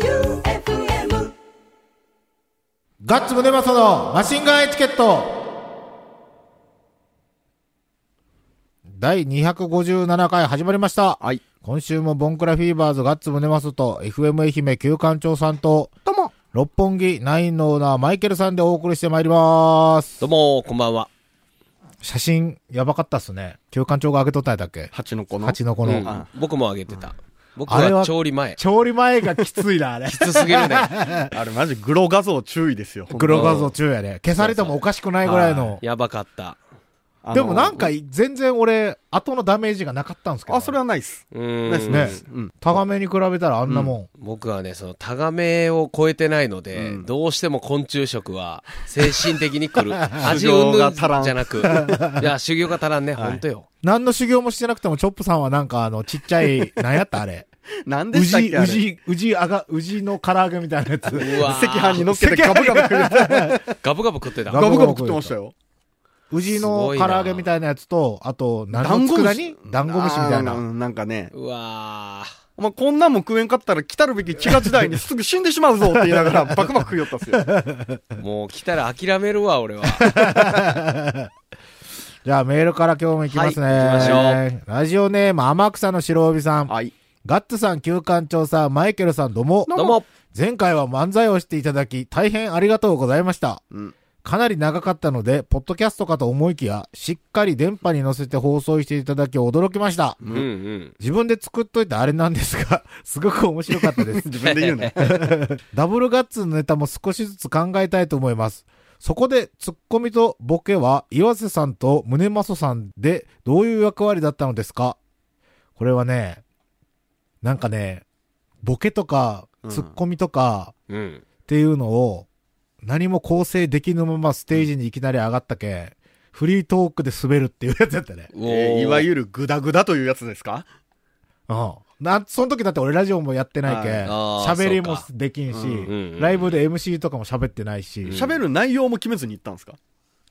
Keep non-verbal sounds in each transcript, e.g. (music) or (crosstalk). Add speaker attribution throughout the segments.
Speaker 1: J-O-E-U-F-M
Speaker 2: ガッツムネマソのマシンガンエチケット第257回始まりました。
Speaker 3: はい。
Speaker 2: 今週もボンクラフィーバーズガッツムネマソと FM 愛媛旧館長さんと、
Speaker 3: どうも。
Speaker 2: 六本木ナインのオーナーマイケルさんでお送りしてまいります。
Speaker 3: どうも、こんばんは。
Speaker 2: 写真やばかったっすね。旧館長が開けとったんやったっけ
Speaker 3: 蜂の子の。
Speaker 2: 蜂の子の
Speaker 3: うんあ僕もあげてた。僕
Speaker 2: あれは
Speaker 3: は調理前。き
Speaker 2: 調理前がきついな、あれ。
Speaker 3: (laughs) つすぎ
Speaker 4: (laughs)
Speaker 3: るね。
Speaker 4: あれマジグロ画像注意ですよ。
Speaker 2: グロ画像中やね。消されてもおかしくないぐらいの。
Speaker 3: やばかった。
Speaker 4: あの
Speaker 2: でもなん、か全然俺、後のダメージがなかったんですけどね、
Speaker 4: あ、それはないっす。
Speaker 3: うーん。
Speaker 4: ないっす
Speaker 2: ね
Speaker 4: ないっすうん。
Speaker 2: 高めに比べたらあんなもん。
Speaker 3: 僕はね、その、タガメを超えてないので、
Speaker 4: うん
Speaker 3: どうしても昆虫食は、精神的に
Speaker 4: (laughs)
Speaker 3: 来る。味
Speaker 4: 修
Speaker 3: うん
Speaker 4: 行
Speaker 3: ぬん
Speaker 4: が
Speaker 3: じ
Speaker 4: 足らん
Speaker 3: ゃなく。いや、修行が足らんね、
Speaker 4: はい
Speaker 3: ほんとよ。
Speaker 2: 何の修行もしてなくても、チョップさんはなんかあの、ちっちゃい、なんやったあれ。
Speaker 4: なん
Speaker 2: う
Speaker 4: でしたっ
Speaker 2: じ、
Speaker 4: け
Speaker 2: う
Speaker 4: あれ。
Speaker 2: じ、うじあが、うじの唐揚げみたいなやつ。
Speaker 3: うわー
Speaker 4: (laughs) 赤飯に乗っけてガブガ
Speaker 2: (laughs)
Speaker 4: ブ食ってた。
Speaker 3: ガブガブ食ってた。
Speaker 2: ガブ
Speaker 4: ガブ
Speaker 2: ガブ
Speaker 4: ガ
Speaker 2: 食っ
Speaker 4: ブ食ってて
Speaker 2: ま
Speaker 4: ま
Speaker 2: し
Speaker 4: したたよ。
Speaker 2: うじの唐揚げみたいなやつと、あと、何の佃煮ダンゴムシみたい
Speaker 4: あー
Speaker 2: な。
Speaker 4: んなんかね。
Speaker 3: うわ
Speaker 4: お前こんなんも食えんかったら来たるべき飢餓時代にすぐ死んでしまうぞって言い
Speaker 2: (laughs)
Speaker 4: ながらバクバク食いよったっすよ。
Speaker 3: ーもう来たら諦めるわ、俺は。
Speaker 2: じゃあメールから今日も行きますね。
Speaker 3: はい行き
Speaker 2: ラジオネーム、天草の白帯さん。
Speaker 4: はい。
Speaker 2: ガッツさん、旧館長さん、マイケルさん、どうも。
Speaker 3: どうも。
Speaker 2: 前回は漫才をしていただき、大変ありがとうございました。
Speaker 4: うん
Speaker 2: かなり長かったので、ポッドキャストかと思いきや、しっかり電波に乗せて放送していただき驚きました。
Speaker 3: うんうん。
Speaker 2: 自分で作っといたあれなんですが、 (laughs) すごく面白かったです。
Speaker 4: (laughs) 自分で言うね。
Speaker 2: ダブルガッツのネタも少しずつ考えたいと思います。そこで、ツッコミとボケは、岩瀬さんと宗正さんで、どういう役割だったのですかこれはね、なんかね、ボケとか、
Speaker 4: うん
Speaker 2: ツッコミとか、
Speaker 3: (laughs) うん。
Speaker 2: っていうのを、何も構成できぬままステージにいきなり上がったけん、フリートークで滑るっていうやつやったね。
Speaker 3: うお
Speaker 4: えーいわ
Speaker 3: る。
Speaker 4: ゆるグダグダというやつですか
Speaker 2: うん。な、その時だって俺ラジオもやってないけん、
Speaker 3: あー
Speaker 2: 喋りも
Speaker 3: そ
Speaker 2: できんし、
Speaker 4: うん
Speaker 3: うんうん
Speaker 2: ライブで MC とかも喋ってないし、
Speaker 4: 喋る内容も決めずに行ったんですか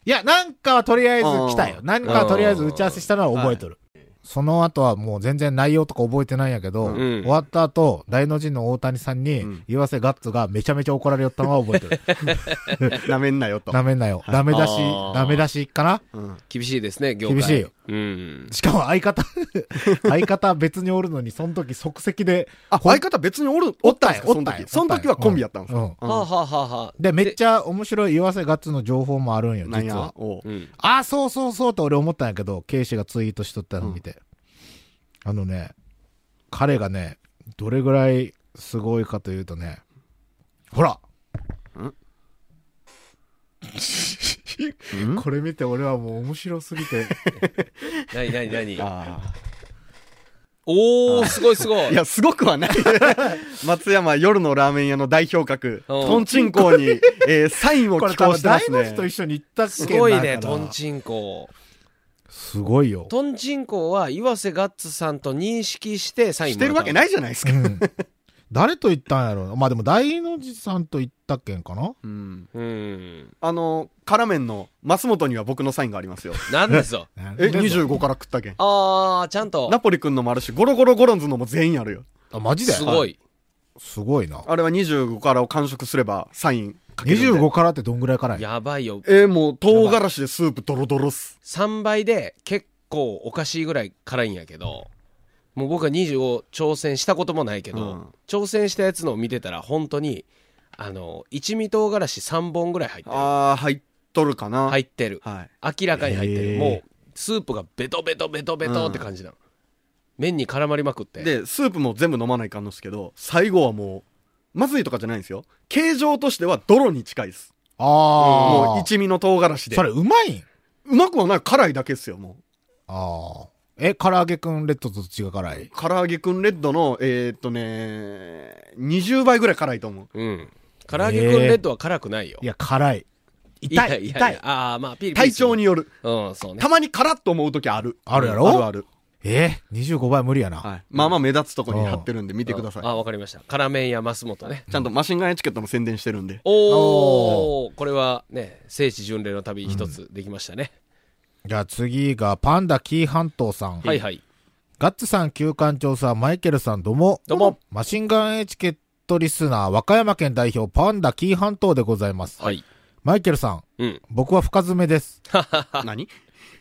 Speaker 2: いや、なんかはとりあえず来たよ
Speaker 4: う。ん
Speaker 2: 何かはとりあえず打ち合わせしたのは覚えとる。その後はもう全然内容とか覚えてないんやけど、
Speaker 3: ん
Speaker 2: 終わった後、大の字の大谷さんに、
Speaker 4: ん
Speaker 2: 岩瀬ガッツがめちゃめちゃ怒られよったのは覚えてる。
Speaker 4: なめんなよと。
Speaker 2: ダメなよ。ダメ出し
Speaker 3: あ、ー
Speaker 2: ダメ出しかな
Speaker 4: うん
Speaker 3: 厳しいですね、業界。
Speaker 2: 厳しいよ。
Speaker 3: うん。
Speaker 2: しかも相
Speaker 4: (laughs)
Speaker 2: 方、相方別におるのに、その時即席で、
Speaker 4: あ、相方別におる、おったんや、
Speaker 2: お
Speaker 4: そ
Speaker 2: っ
Speaker 4: の
Speaker 2: たんや
Speaker 4: 時。その時はコンビやったんです
Speaker 2: う
Speaker 4: か
Speaker 2: ん。
Speaker 3: はあ、はあはあはあ。
Speaker 2: で、めっちゃ面白い岩瀬ガッツの情報もあるんよ、
Speaker 4: なん
Speaker 2: 実
Speaker 4: や
Speaker 2: は。。
Speaker 4: おう
Speaker 3: うん。
Speaker 2: ああ、そうそうそうって俺思ったんやけど、ケイシがツイートしとったの見て。あのね、彼がね、どれぐらいすごいかというとね、ほら (laughs)
Speaker 4: ん
Speaker 2: これ見て俺はもう面白すぎて。
Speaker 3: なになになに
Speaker 4: (laughs) ああ。
Speaker 3: おー、すごいすごい。
Speaker 4: いや、すごくはない。 (laughs) 松山夜のラーメン屋の代表格、
Speaker 3: うん
Speaker 4: トンチンコに、えーサインを
Speaker 2: こ
Speaker 4: 寄
Speaker 2: れ多
Speaker 4: 稿
Speaker 2: 分
Speaker 4: してま
Speaker 2: 大
Speaker 4: す
Speaker 2: の字と
Speaker 4: ね
Speaker 2: 一。緒に行ったっけ
Speaker 3: すごいね、
Speaker 2: だから
Speaker 3: トンチンコ。
Speaker 2: すごいよ。
Speaker 3: トンチンコは岩瀬ガッツさんと認識してサイン。
Speaker 4: してるわけないいじゃないです
Speaker 2: う
Speaker 4: か。
Speaker 2: ん。誰と行ったんやろう (laughs) まあでも大の字さんと行ったっけんかな
Speaker 4: うん。
Speaker 3: うん。
Speaker 4: あの、辛麺の松本には僕のサインがありますよ。
Speaker 3: なんですよ。
Speaker 4: え、25から食ったけん。
Speaker 3: あー、ちゃんと
Speaker 4: ナ。ポリ君のもあるし、ゴロゴロゴロンズのも全員あるよ。
Speaker 2: あ、マジです
Speaker 3: ご
Speaker 2: い。
Speaker 3: い。
Speaker 2: すごいな。
Speaker 4: あれは25からを完食すればサインかけるんで。
Speaker 2: 25からってどんぐらいからや
Speaker 3: やばいよ。
Speaker 4: えーもう唐辛子でスープドロドロっす。
Speaker 3: 3倍で結構おかしいぐらい辛いんやけど、もう僕は25挑戦したこともないけど、
Speaker 4: うん
Speaker 3: 挑戦したやつのを見てたら本当に、あの、一味唐辛子3本ぐらい入ってる。
Speaker 4: あー、入っとるかな。
Speaker 3: 入ってる。
Speaker 4: はい。
Speaker 3: 明らかに入って
Speaker 2: へ
Speaker 3: る
Speaker 2: ー
Speaker 3: もうスープがベトベトベトベトって感じなの、麺に絡まりまくって
Speaker 4: で、スープも全部飲まないかんのですけど、最後はもう、まずいとかじゃないんですよ。形状としては泥に近いです。
Speaker 2: ああ。
Speaker 4: もう一味の唐辛子で
Speaker 2: そ。れうまいん
Speaker 4: うまくはない辛いだけですよ、も。。
Speaker 2: ああ。え、唐揚げくんレッドと違う辛いう
Speaker 4: 唐揚げくんレッドの、えー、っとね、20倍ぐらい辛いと思う。
Speaker 3: うん唐揚げくんレッドは辛くないよ、
Speaker 2: いや、辛い。痛い。
Speaker 3: や
Speaker 2: 痛い。
Speaker 3: ああまあピリピリ
Speaker 4: 体
Speaker 3: する
Speaker 4: 調による。
Speaker 3: うんそうね
Speaker 4: たまに辛っと思う時ある。
Speaker 2: あるやろ
Speaker 4: うんあるある。
Speaker 2: えー、25倍無理やな。
Speaker 4: はい。まあまあ目立つとこに貼ってるんで見てくださ
Speaker 3: あ
Speaker 4: い。
Speaker 3: あわかりました辛麺屋増本ね
Speaker 4: ちゃんとマシンガンエチケットの宣伝してるんで。
Speaker 3: おおこれはね聖地巡礼の旅一つできましたね、
Speaker 2: じゃあ次がパンダキー半島さん。
Speaker 3: はいはい
Speaker 2: ガッツさん、旧館長さん、マイケルさん、どうも。
Speaker 3: どうも。
Speaker 2: マシンガンエチケットリスナー、和歌山県代表、パンダ紀伊半島でございます。
Speaker 3: はい。
Speaker 2: マイケルさん、
Speaker 3: うん。
Speaker 2: 僕は深爪です。
Speaker 4: 何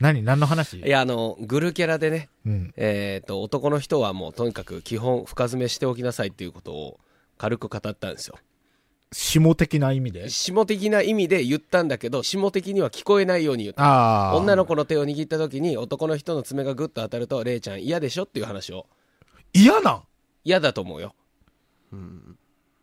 Speaker 2: 何何の話
Speaker 3: いや、あの、グルキャラでね、
Speaker 2: うん。
Speaker 3: えっ、と、男の人はもうとにかく基本深爪しておきなさいっていうことを軽く語ったんですよ。
Speaker 2: 下的な意味で
Speaker 3: 下的な意味で言ったんだけど、下的には聞こえないように言った。
Speaker 2: ああ。
Speaker 3: 女の子の手を握った時に男の人の爪がグッと当たると、レイちゃん嫌でしょっていう話を。
Speaker 2: 嫌なん
Speaker 3: 嫌だと思うよ。
Speaker 2: え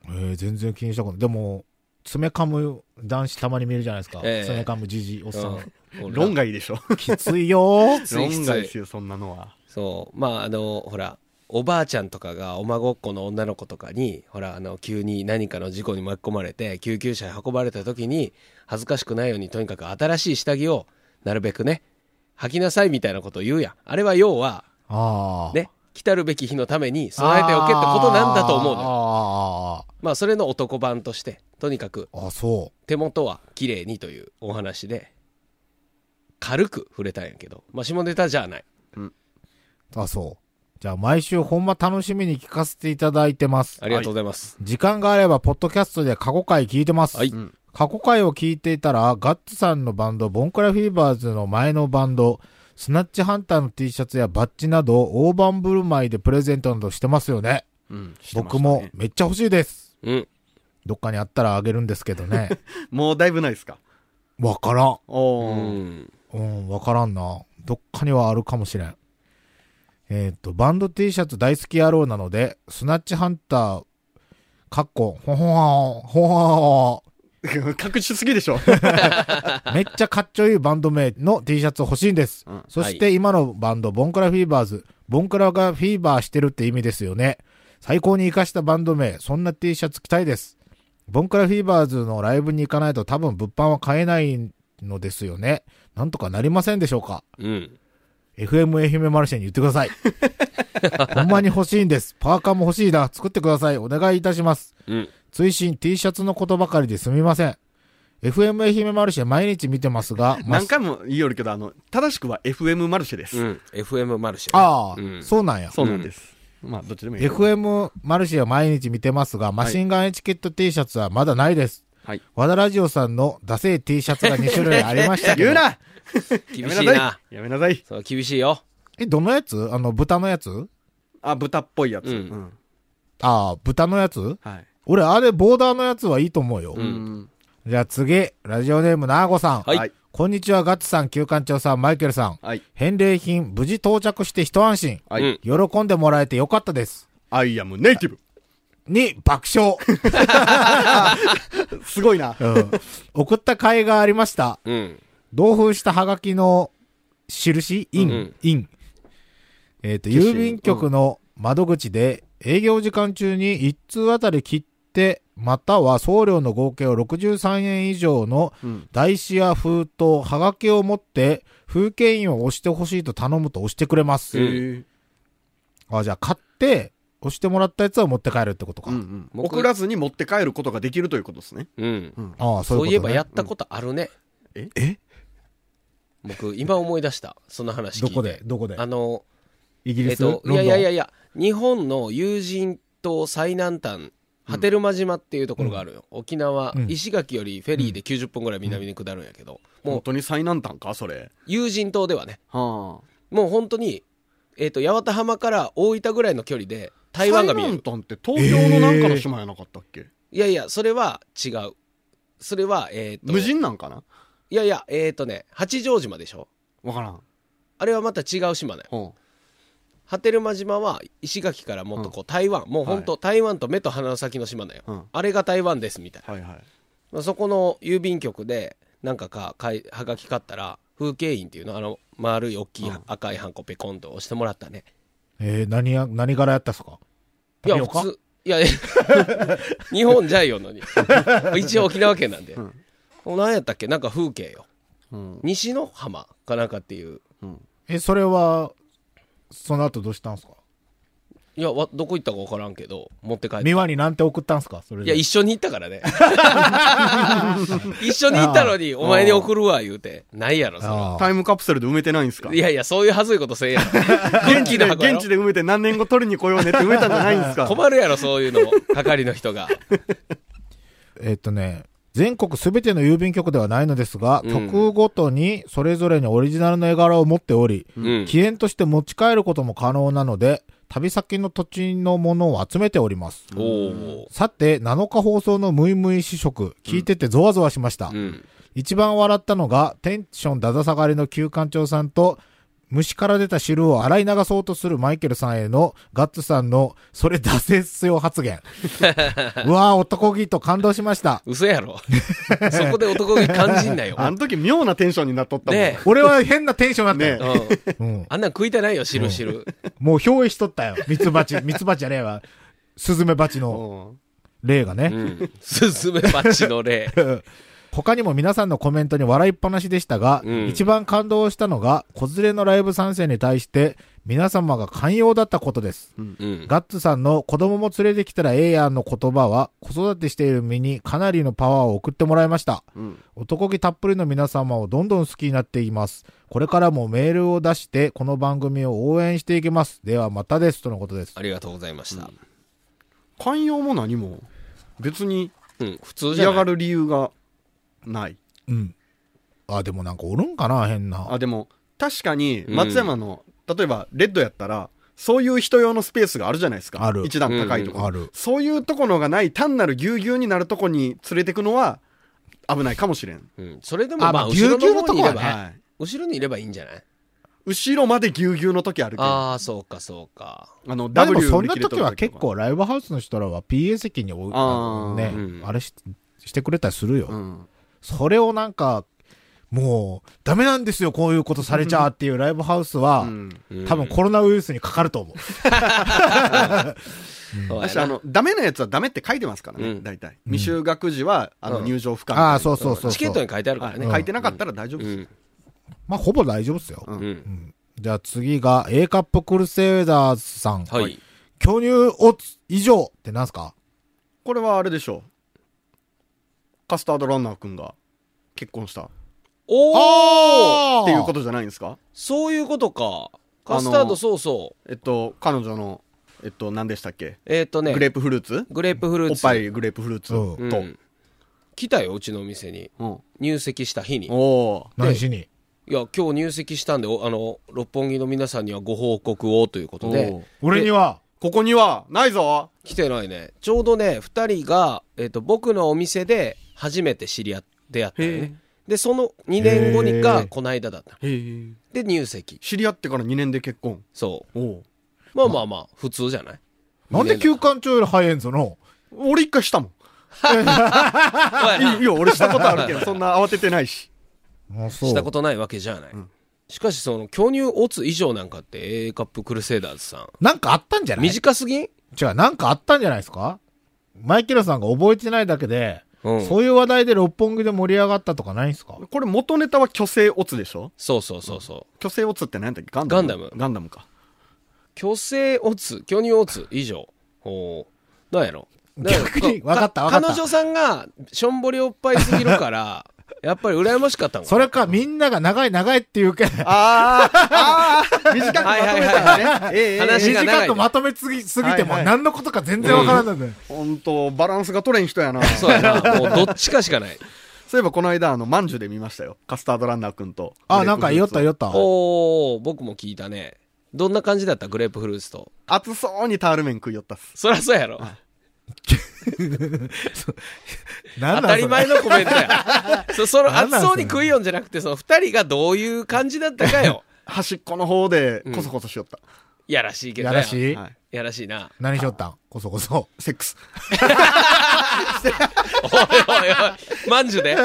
Speaker 2: ー、全然気にしたことない。でも、爪噛む男子たまに見るじゃないですか。
Speaker 3: ええ
Speaker 2: 爪噛むじじい、おっさん。
Speaker 3: うん
Speaker 4: 論外でし
Speaker 2: (laughs)
Speaker 4: ょ
Speaker 2: きついよー。
Speaker 3: ついきつい
Speaker 4: 論外ですよそんなのは
Speaker 3: そう。まあ、あの、ほら、おばあちゃんとかが、お孫っ子の女の子とかに、ほら、あの、急に何かの事故に巻き込まれて、救急車に運ばれた時に、恥ずかしくないように、とにかく新しい下着を、なるべくね、履きなさいみたいなことを言うやん。あれは要は、
Speaker 2: ああ。
Speaker 3: (laughs) ね、来たるべき日のために備えておけってことなんだと思うのよ。
Speaker 2: あー
Speaker 3: まあ、それの男版として、とにかく、
Speaker 2: あーあーあー、そ
Speaker 3: 手元は綺麗にというお話で、軽く触れたんやけど、まあ、下ネタじゃない。
Speaker 2: う。あ、そう。じゃあ、毎週ほんま楽しみに聞かせていただいてます
Speaker 3: あ。りがとうございます。
Speaker 2: 時間があれば、ポッドキャストで過去回聞いてます。
Speaker 3: はい
Speaker 4: ん
Speaker 2: 過去回を聞いていたら、ガッツさんのバンド、ボンクラフィーバーズの前のバンド、スナッチハンターの T シャツやバッジなど、大盤振る舞いでプレゼントなどしてますよね。
Speaker 4: うんしてました
Speaker 2: 僕
Speaker 4: ね
Speaker 2: もめっちゃ欲しいです。
Speaker 3: うん。
Speaker 2: どっかにあったらあげるんですけど
Speaker 3: (laughs)
Speaker 2: ね。
Speaker 4: もうだいぶないですか
Speaker 2: わから
Speaker 4: お
Speaker 3: う
Speaker 4: お
Speaker 3: ん。
Speaker 2: ん。うん、わからんな。どっかにはあるかもしれん。えっ、と、バンド T シャツ大好き野郎なので、スナッチハンター、かっこ、ほほほほほ
Speaker 4: (laughs) 隠しすぎで
Speaker 3: (laughs)
Speaker 4: しょ
Speaker 2: めっちゃかっちょいいバンド名の T シャツ欲しいんです。
Speaker 4: うん
Speaker 2: そして今のバンド、ボンクラフィーバーズ。ボンクラがフィーバーしてるって意味ですよね。最高に活かしたバンド名、そんな T シャツ着たいです。ボンクラフィーバーズのライブに行かないと多分物販は買えないのですよね。なんとかなりませんでしょうか
Speaker 3: うん。
Speaker 2: FM 愛媛マルシェに言ってくだ
Speaker 4: (laughs)
Speaker 2: さい。ほんまに欲しいんです。パーカーも欲しいな。作ってください。お願いいたします。
Speaker 3: うん。
Speaker 2: 追伸 T シャツのことばかりですみません。FM 愛媛マルシェ毎日見てます
Speaker 4: (laughs)
Speaker 2: が、ま
Speaker 4: 何回も言いよるけどあの正しくは FM マルシェです、
Speaker 3: うん。FM マルシェ。
Speaker 2: ああ、
Speaker 3: うん
Speaker 2: そうなんや。
Speaker 4: そうなんです、まあどっちでもいいけど
Speaker 2: FM マルシェは毎日見てますが、マシンガンエチケット T シャツはまだないです。
Speaker 4: はい
Speaker 2: 和田ラジオさんのダセー T シャツが2種類ありましたけど。
Speaker 4: (laughs) 言うなや
Speaker 3: 厳
Speaker 4: め
Speaker 3: しい
Speaker 4: なさ
Speaker 3: な。
Speaker 4: いやめなさい
Speaker 3: そう、厳しいよ。
Speaker 2: え、どのやつあの、豚のやつ
Speaker 4: あ豚っぽいやつ、
Speaker 3: うん
Speaker 2: ああ、豚のやつ
Speaker 4: はい
Speaker 2: 俺、あれ、ボーダーのやつはいいと思うよ。
Speaker 4: うん
Speaker 2: じゃあ次、ラジオネーム、なーごさん。
Speaker 3: はい
Speaker 4: はい
Speaker 2: こんにちは、ガッツさん、旧館長さん、マイケルさん。
Speaker 4: はい
Speaker 2: 返礼品、無事到着して一安心。
Speaker 4: はい、
Speaker 3: うん
Speaker 2: 喜んでもらえてよかったです。
Speaker 4: アイアムネイティブ
Speaker 2: に、爆笑。
Speaker 4: すごいな
Speaker 2: うん送った甲斐がありました。
Speaker 3: うん。
Speaker 2: 同封したハガキの印印、
Speaker 3: うん
Speaker 2: 印。えっ、と、
Speaker 4: 消し
Speaker 2: 郵便局の窓口で営業時間中に1通あたり切って、または送料の合計を63円以上の
Speaker 4: うん
Speaker 2: 台紙や封筒、ハガキを持って、風景印を押してほしいと頼むと押してくれます。
Speaker 3: うん
Speaker 2: あ、じゃあ買って、押してもらったやつを持って帰るってことか。
Speaker 4: うんうん送らずに持って帰ることができるということですね
Speaker 3: うん。
Speaker 2: ああ、そういうこと、ね、
Speaker 3: そういえばやったことあるね。
Speaker 4: え
Speaker 2: え
Speaker 3: 僕、今思い出した。その話聞い
Speaker 2: ど
Speaker 3: て。
Speaker 2: こでどこで
Speaker 3: あの、
Speaker 2: イギ
Speaker 3: え
Speaker 2: リ
Speaker 3: っ
Speaker 2: ス、
Speaker 3: と、いや
Speaker 2: ロンドン
Speaker 3: いやいやいや、日本の友人島最南端、波照間島っていうところがあるよ。沖縄、
Speaker 2: うん
Speaker 3: 石垣よりフェリーで90分ぐらい南に下るんやけど、も
Speaker 4: 本
Speaker 3: う
Speaker 4: 当に最南端かそれ
Speaker 3: 友人島ではね、
Speaker 4: はあ
Speaker 3: もう本当に、えっと、八幡浜から大分ぐらいの距離で台湾が見える
Speaker 4: 最。南端って東京のなんかの島やなかったっけ、
Speaker 3: いやいや、それは違う。それは、えっ、と、
Speaker 4: 無人なんかない
Speaker 3: やいや、えっ、とね、八丈島でしょ
Speaker 4: わからん、
Speaker 3: あれはまた違う島ね。
Speaker 4: ほ
Speaker 3: 波照間島は石垣からもっとこう、台湾、もうほんと台湾と目と鼻の先の島だよ。
Speaker 4: うん
Speaker 3: あれが台湾ですみたいう
Speaker 4: はいはい
Speaker 3: な。そこの郵便局で、なんかか、かいはがき買ったら、風景印っていうの、あの、丸い大きい
Speaker 4: うん
Speaker 3: 赤いハンコペコンと押してもらったね。
Speaker 2: えー何や、何柄やったっすか
Speaker 3: いや、
Speaker 2: タピオカ
Speaker 3: 普通、いや、いや (laughs) 日本じゃいよのに。 (laughs) 一応沖縄県なんで。
Speaker 4: ん
Speaker 3: 何やったっけなんか風景よ。
Speaker 4: うん
Speaker 3: 西の浜かなんかっていう。
Speaker 4: うん
Speaker 2: え、それは、その後どうしたんすか
Speaker 3: いやわどこ行ったか分からんけど持って帰って
Speaker 2: 美和になんて送ったんすかそれ
Speaker 3: い
Speaker 2: で
Speaker 3: や一緒に行ったからね (laughs) 一緒に行ったのにお前に送るわ言うてないやろその
Speaker 2: ああ
Speaker 4: タイムカプセルで埋めてないんすか
Speaker 3: いやいやそういう恥ずいことせえやん
Speaker 4: 現地で、現地で埋めて何年後取りに来ようねって埋めたんじゃないんで
Speaker 2: (laughs)
Speaker 4: すか
Speaker 3: (laughs) 困るやろそういうの係の人が
Speaker 2: えっとね、全国すべての郵便局ではないのですが、
Speaker 3: うん
Speaker 2: 局ごとにそれぞれにオリジナルの絵柄を持っており、
Speaker 3: うん
Speaker 2: 記念として持ち帰ることも可能なので、旅先の土地のものを集めております。
Speaker 3: おお
Speaker 2: さて、7日放送のムイムイ試食、聞いててゾワゾワしました。
Speaker 3: うん
Speaker 2: 一番笑ったのが、テンションだだ下がりの旧館長さんと、虫から出た汁を洗い流そうとするマイケルさんへのガッツさんの、それ出せっすよ発
Speaker 3: (laughs)
Speaker 2: 言。うわぁ、男気と感動しました。
Speaker 3: 嘘やろ (laughs) そこで男気感じんなよ
Speaker 4: あの時妙なテンションになっとったもん。
Speaker 3: ね
Speaker 2: 俺は変なテンションだった
Speaker 3: え、
Speaker 2: よ。
Speaker 3: うん、
Speaker 2: うん。
Speaker 3: あんなん食いたないよ汁汁
Speaker 2: もう憑依しとったよ。ミツバ
Speaker 3: (laughs)
Speaker 2: チ、ミツバチじゃねえわ。スズメバチの
Speaker 4: うん
Speaker 2: 霊が
Speaker 3: う
Speaker 2: ね。
Speaker 3: んスズメバチの例
Speaker 2: 他にも皆さんのコメントに笑いっぱなしでしたが、
Speaker 3: うん
Speaker 2: 一番感動したのが、子連れのライブ参戦に対して、皆様が寛容だったことです。
Speaker 3: うん
Speaker 2: ガッツさんの子供も連れてきたらええやんの言葉は、子育てしている身にかなりのパワーを送ってもらいました。
Speaker 4: うん
Speaker 2: 男気たっぷりの皆様をどんどん好きになっています。これからもメールを出して、この番組を応援していきます。ではまたです。とのことです
Speaker 3: あ。りがとうございました、
Speaker 4: 寛容も何も、別に
Speaker 3: うん普通じゃ
Speaker 4: 嫌
Speaker 3: な
Speaker 4: が
Speaker 3: い
Speaker 4: る理由がない。
Speaker 2: うん。あ、でもなんかおるんかな変な。
Speaker 4: あ、でも、確かに、松山の、例えば、レッドやったら、そういう人用のスペースがあるじゃないですか。
Speaker 2: ある
Speaker 4: 一段高いと
Speaker 2: う
Speaker 4: こ、
Speaker 2: んうんある
Speaker 4: そういうとこのがない、単なるぎゅうぎゅうになるとこに連れてくのは、危ないかもしれん。
Speaker 3: うん、それでも
Speaker 2: あま
Speaker 3: まあ
Speaker 2: あ
Speaker 3: 後ろ
Speaker 2: ぎゅうぎゅう
Speaker 3: の
Speaker 2: の
Speaker 3: 方
Speaker 2: と
Speaker 3: にい
Speaker 2: こは
Speaker 3: れば、
Speaker 2: ね
Speaker 4: はい。
Speaker 3: 後ろにいればいいんじゃない
Speaker 4: 後ろまでぎゅうぎゅうの時あるけど。あ
Speaker 3: ああそうかそうか
Speaker 4: の、
Speaker 2: まあで
Speaker 4: W
Speaker 2: もそん
Speaker 4: 売り
Speaker 2: な
Speaker 4: 切れと
Speaker 2: 時
Speaker 4: る
Speaker 2: は結構ライブハウスの人らは PA 席に置い
Speaker 4: あー
Speaker 2: ね、
Speaker 3: うん
Speaker 2: あれししてくれたりするよ、
Speaker 4: うん。
Speaker 2: それをなんか、もう、ダメなんですよ、こういうことされちゃうっていうライブハウスは、
Speaker 4: うん
Speaker 3: うん
Speaker 2: 多分コロナウイルスにかかると思う。
Speaker 3: そうや
Speaker 4: 私
Speaker 3: な
Speaker 4: あのダメなやつはダメって書いてますからね、
Speaker 3: うん
Speaker 4: 大体未就学児は、あ
Speaker 3: う
Speaker 4: の
Speaker 3: ん
Speaker 4: 入場不可みたいな
Speaker 2: ああ、そうそうそうそう。
Speaker 3: チケットに書いてあるか
Speaker 4: は
Speaker 3: ら
Speaker 4: い
Speaker 3: ね、
Speaker 2: うん
Speaker 4: 書いてなかったら大丈夫
Speaker 3: う
Speaker 4: です、
Speaker 3: ん
Speaker 2: まあ、ほぼ大丈夫っすよ。
Speaker 4: うん
Speaker 3: うん
Speaker 2: じゃあ次が A カップクルセイダーズさん。
Speaker 3: はい、
Speaker 2: 巨乳オツ以上ってなんすか
Speaker 4: これはあれでしょうカスタードランナー君が結婚したっ
Speaker 3: おお
Speaker 2: あ。
Speaker 4: ていうこととじゃないんですか
Speaker 3: そういうことかカスタードそうそう
Speaker 4: えっと彼女のえっと何でしたっけ、
Speaker 3: えっ、とね
Speaker 4: グレープフルーツ
Speaker 3: グレープフ
Speaker 4: お
Speaker 3: ルー
Speaker 4: っ
Speaker 3: ツ
Speaker 4: ぱいグレープフルーツと、
Speaker 2: う
Speaker 3: う
Speaker 4: うん
Speaker 3: ん、来たようちのお店に入籍した日に
Speaker 4: おお
Speaker 2: 何しに
Speaker 3: いや今日入籍したんでおあの六本木の皆さんにはご報告をということ
Speaker 4: ーお
Speaker 3: で
Speaker 4: ー
Speaker 2: 俺には、
Speaker 4: ここにはないぞ
Speaker 3: 来てないねちょうどね2人が、えっと僕のお店で初めて知り合って出会ったのねでその2年後に
Speaker 2: へ
Speaker 3: か
Speaker 2: ー
Speaker 3: この間だっ
Speaker 4: へ
Speaker 3: た
Speaker 4: え
Speaker 3: で入籍
Speaker 4: 知り合ってから2年で結婚
Speaker 3: そ
Speaker 4: おお
Speaker 3: うまあまあまあ普通じゃない
Speaker 2: なんで
Speaker 3: 二年
Speaker 2: 休館長より早いんぞの
Speaker 4: 俺一回したもん
Speaker 3: だそうやない
Speaker 4: いいよ俺したことあるけどそんな慌ててないし
Speaker 2: あ、そ
Speaker 3: したことないわけじゃない、しかしその巨乳オツ以上なんかって A カップクルセイダーズさん
Speaker 2: なんかあったんじゃない
Speaker 3: 短すぎん
Speaker 2: 違う、なんかあったんじゃないですかマイケルさんが覚えてないだけで、
Speaker 3: うん
Speaker 2: そういう話題で六本木で盛り上がったとかないんすか
Speaker 4: これ元ネタは虚勢オツでしょ
Speaker 3: そうそうそうそう
Speaker 4: 虚勢オツって何だっけガン
Speaker 3: ガンダム
Speaker 4: ガンダムか。
Speaker 3: 虚勢オツ巨乳オツ以上ほうどうやろだら
Speaker 2: 逆に
Speaker 3: か
Speaker 2: わかったわかった
Speaker 3: 彼女さんがしょんぼりおっぱいすぎるから
Speaker 2: (laughs)
Speaker 3: やっぱり羨ましかったんかな
Speaker 2: それか、みんなが長い長いっていうけ、
Speaker 4: (laughs) ああ短くまとめたらね。ええええ
Speaker 3: 話が長い
Speaker 2: 短くまとめすぎ、すぎても
Speaker 4: はいはい
Speaker 2: 何のことか全然わからないんだよ。
Speaker 4: 本当バランスが取れん人やな。
Speaker 3: そうや
Speaker 2: (laughs)
Speaker 3: なもうどっちかしかない
Speaker 4: (laughs) そういえばこの間、あの、まんじゅうで見ましたよ。カスタードランナーくんと。
Speaker 2: あ、なんか言いよった言い
Speaker 4: よ。
Speaker 2: よった。
Speaker 3: おお僕も聞いたねどんな感じだったグレープフルーツと
Speaker 4: 熱そうにタール麺食いよったっす。
Speaker 3: そりゃそうやろ
Speaker 2: な
Speaker 3: 当
Speaker 2: んだ
Speaker 3: た
Speaker 2: そ
Speaker 3: り
Speaker 2: れ
Speaker 3: 前のコメン
Speaker 2: (laughs)
Speaker 3: トやそその
Speaker 2: なんなんそ
Speaker 3: 熱
Speaker 2: れ
Speaker 3: そうに食いよんじゃなくてその2人がどういう感じだった
Speaker 2: (laughs)
Speaker 3: かよ
Speaker 4: 端っこの方で、コソコソしよった。
Speaker 3: やらしいけど
Speaker 2: や
Speaker 3: な
Speaker 2: らしい
Speaker 4: はい。
Speaker 3: やらしいな
Speaker 2: 何しよったんこそこそ。
Speaker 4: セックス。
Speaker 3: おいおいおいまんじゅうで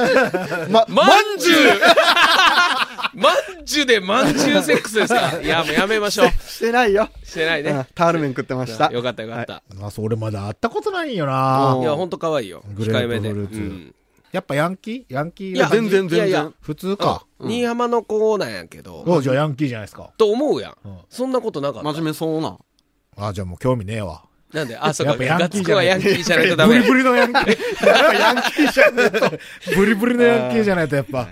Speaker 4: ま、
Speaker 3: まんじゅう (laughs) まんじゅうでまんじゅうセックスですかいやもうやめましょう
Speaker 4: (laughs) してないよ。
Speaker 3: してないね
Speaker 4: うんタール麺食ってました。
Speaker 3: よかったよかった、
Speaker 2: あ、そう、俺まだ会ったことないんよ
Speaker 4: う
Speaker 2: なん
Speaker 3: い、やほんと可愛いよ
Speaker 2: グレ
Speaker 3: 控え
Speaker 2: ープ
Speaker 3: めで、
Speaker 2: フルーツ
Speaker 3: うん
Speaker 2: やっぱヤンキーヤンキー
Speaker 3: いや
Speaker 4: 全然全然。
Speaker 3: いやいや
Speaker 2: 普通か。
Speaker 3: うん新居浜の子なんやけど
Speaker 2: おじゃあヤンキーじゃないですか。
Speaker 3: と思うやん、
Speaker 2: うん
Speaker 3: そんなことなかった
Speaker 4: 真面目そうな。
Speaker 2: ああ、じゃあもう興味ねえわ。
Speaker 3: なんで、あ、そう
Speaker 2: や
Speaker 3: か、
Speaker 2: っぱヤ
Speaker 3: ガ
Speaker 2: ンキー
Speaker 3: ッツ
Speaker 2: じ
Speaker 3: く
Speaker 2: ゃ
Speaker 3: ん
Speaker 2: な
Speaker 3: はいヤンキーじゃないとダ
Speaker 2: ブ
Speaker 3: メ
Speaker 2: リ。ブリのヤンキー。
Speaker 4: (laughs) やっぱヤンキーじゃね
Speaker 2: ブリブリのヤンキーじゃないとやっぱ。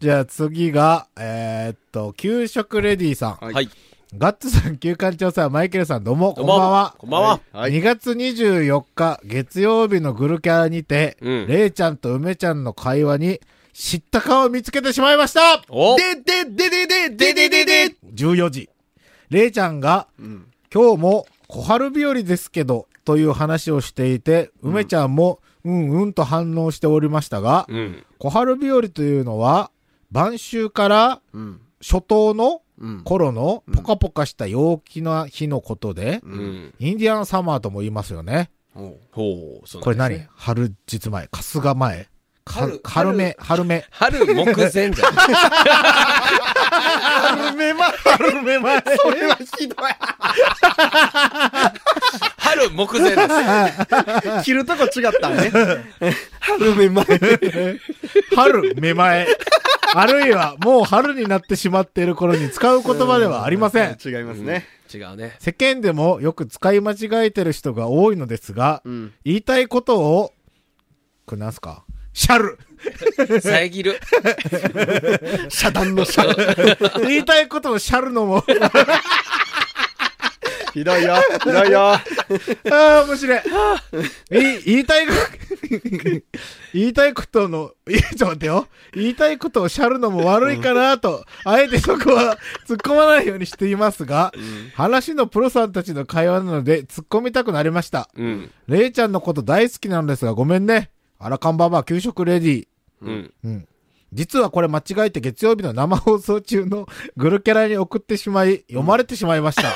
Speaker 2: じゃあ次が、えーっと、給食レディさん。
Speaker 4: はい
Speaker 3: はい。
Speaker 2: ガッツさん、休館長さん、マイケルさん、どうも、こ
Speaker 3: どうんも
Speaker 2: ばんは。
Speaker 3: こんばんは。
Speaker 4: はい
Speaker 2: 2月24日、月曜日のグルキャラにて、
Speaker 3: うん
Speaker 2: レイちゃんと梅ちゃんの会話に、知った顔を見つけてしまいました
Speaker 3: お
Speaker 4: で、で、で、で、で、で、で、で、で。
Speaker 2: !14 時。レイちゃんが、
Speaker 4: うん。
Speaker 2: 今日も小春日和ですけど、という話をしていて、梅ちゃんも、うんうんと反応しておりましたが、
Speaker 3: うん。
Speaker 2: 小春日和というのは、晩秋から
Speaker 4: うん。
Speaker 2: 初冬の
Speaker 4: うん。
Speaker 2: 頃のポカポカした陽気な日のことで、
Speaker 4: う
Speaker 3: う。ん。
Speaker 2: インディアンサマーとも言いますよね。
Speaker 4: おう
Speaker 3: ほう、そう
Speaker 2: これ
Speaker 3: なん
Speaker 2: 何、
Speaker 3: ですね
Speaker 2: 春日前、春日前。か
Speaker 3: 春
Speaker 2: 春め、春め。
Speaker 3: 春目前じゃん。
Speaker 4: 春めま、春めま。 (laughs) それはひど (laughs) い。
Speaker 3: 春目前です。
Speaker 4: 着るとこ違った (laughs) ね。春めま。
Speaker 2: (laughs) 春めまえ。あるいは、もう春になってしまっている頃に使う言葉ではありません。
Speaker 4: 違いますね。
Speaker 3: 違うね。
Speaker 2: 世間でもよく使い間違えてる人が多いのですが、
Speaker 4: うん。
Speaker 2: 言いたいことを、これなんすかシャル
Speaker 3: 遮る。
Speaker 4: 遮断の遮。
Speaker 2: (laughs) 言いたいことをシャルのも、
Speaker 4: ひどいよ。ひどいよ。
Speaker 2: ああ、面白い。い言いたいこ、 (laughs) 言いたいことの、いやちょっと待ってよ。言いたいことをしゃるのも悪いかなと、あえてそこは突っ込まないようにしていますが、話のプロさんたちの会話なので突っ込みたくなりました。
Speaker 3: うん。
Speaker 2: レイちゃんのこと大好きなのですが、ごめんね。あらかんばば、給食レディー。
Speaker 3: うん。
Speaker 2: うん。実はこれ間違えて月曜日の生放送中のグルキャラに送ってしまい、読まれてしまいました。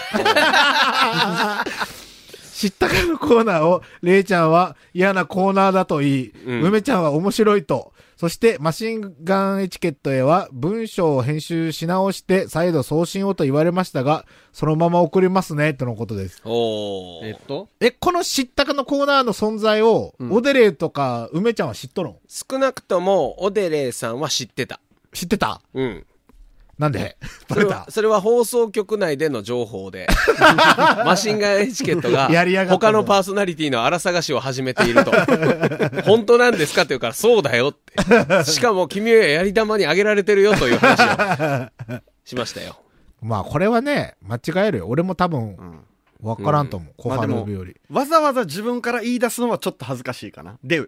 Speaker 2: 知ったかのコーナーを、レイちゃんは嫌なコーナーだと言い、
Speaker 3: うん
Speaker 2: 梅ちゃんは面白いと、そしてマシンガンエチケットへは文章を編集し直して再度送信をと言われましたが、そのまま送りますね、とのことです。
Speaker 3: お
Speaker 4: え
Speaker 3: ー
Speaker 4: っ。と、
Speaker 2: え、この知ったかのコーナーの存在を、
Speaker 4: うん
Speaker 2: オデレとか梅ちゃんは知っとるの
Speaker 3: 少なくとも、オデレイさんは知ってた。
Speaker 2: 知ってた
Speaker 3: うん。
Speaker 2: なんで (laughs) バ
Speaker 3: それ
Speaker 2: レた
Speaker 3: はそれは放送局内での情報 (laughs) で、マシンガンエチケットが
Speaker 2: やりやがった
Speaker 3: 他
Speaker 2: ぞ
Speaker 3: のパーソナリティの荒探しを始めていると。本当なんですかって言うから、そうだよ (laughs) って。しかも君はやり玉にあげられてるよという話をしましたよ。
Speaker 2: まあこれはね、間違えるよ。俺も多分、わからんと思う。小
Speaker 4: まあで
Speaker 2: 春
Speaker 4: も
Speaker 2: 日より。、
Speaker 4: わざわざ自分から言い出すのはちょっと恥ずかしいかな。で、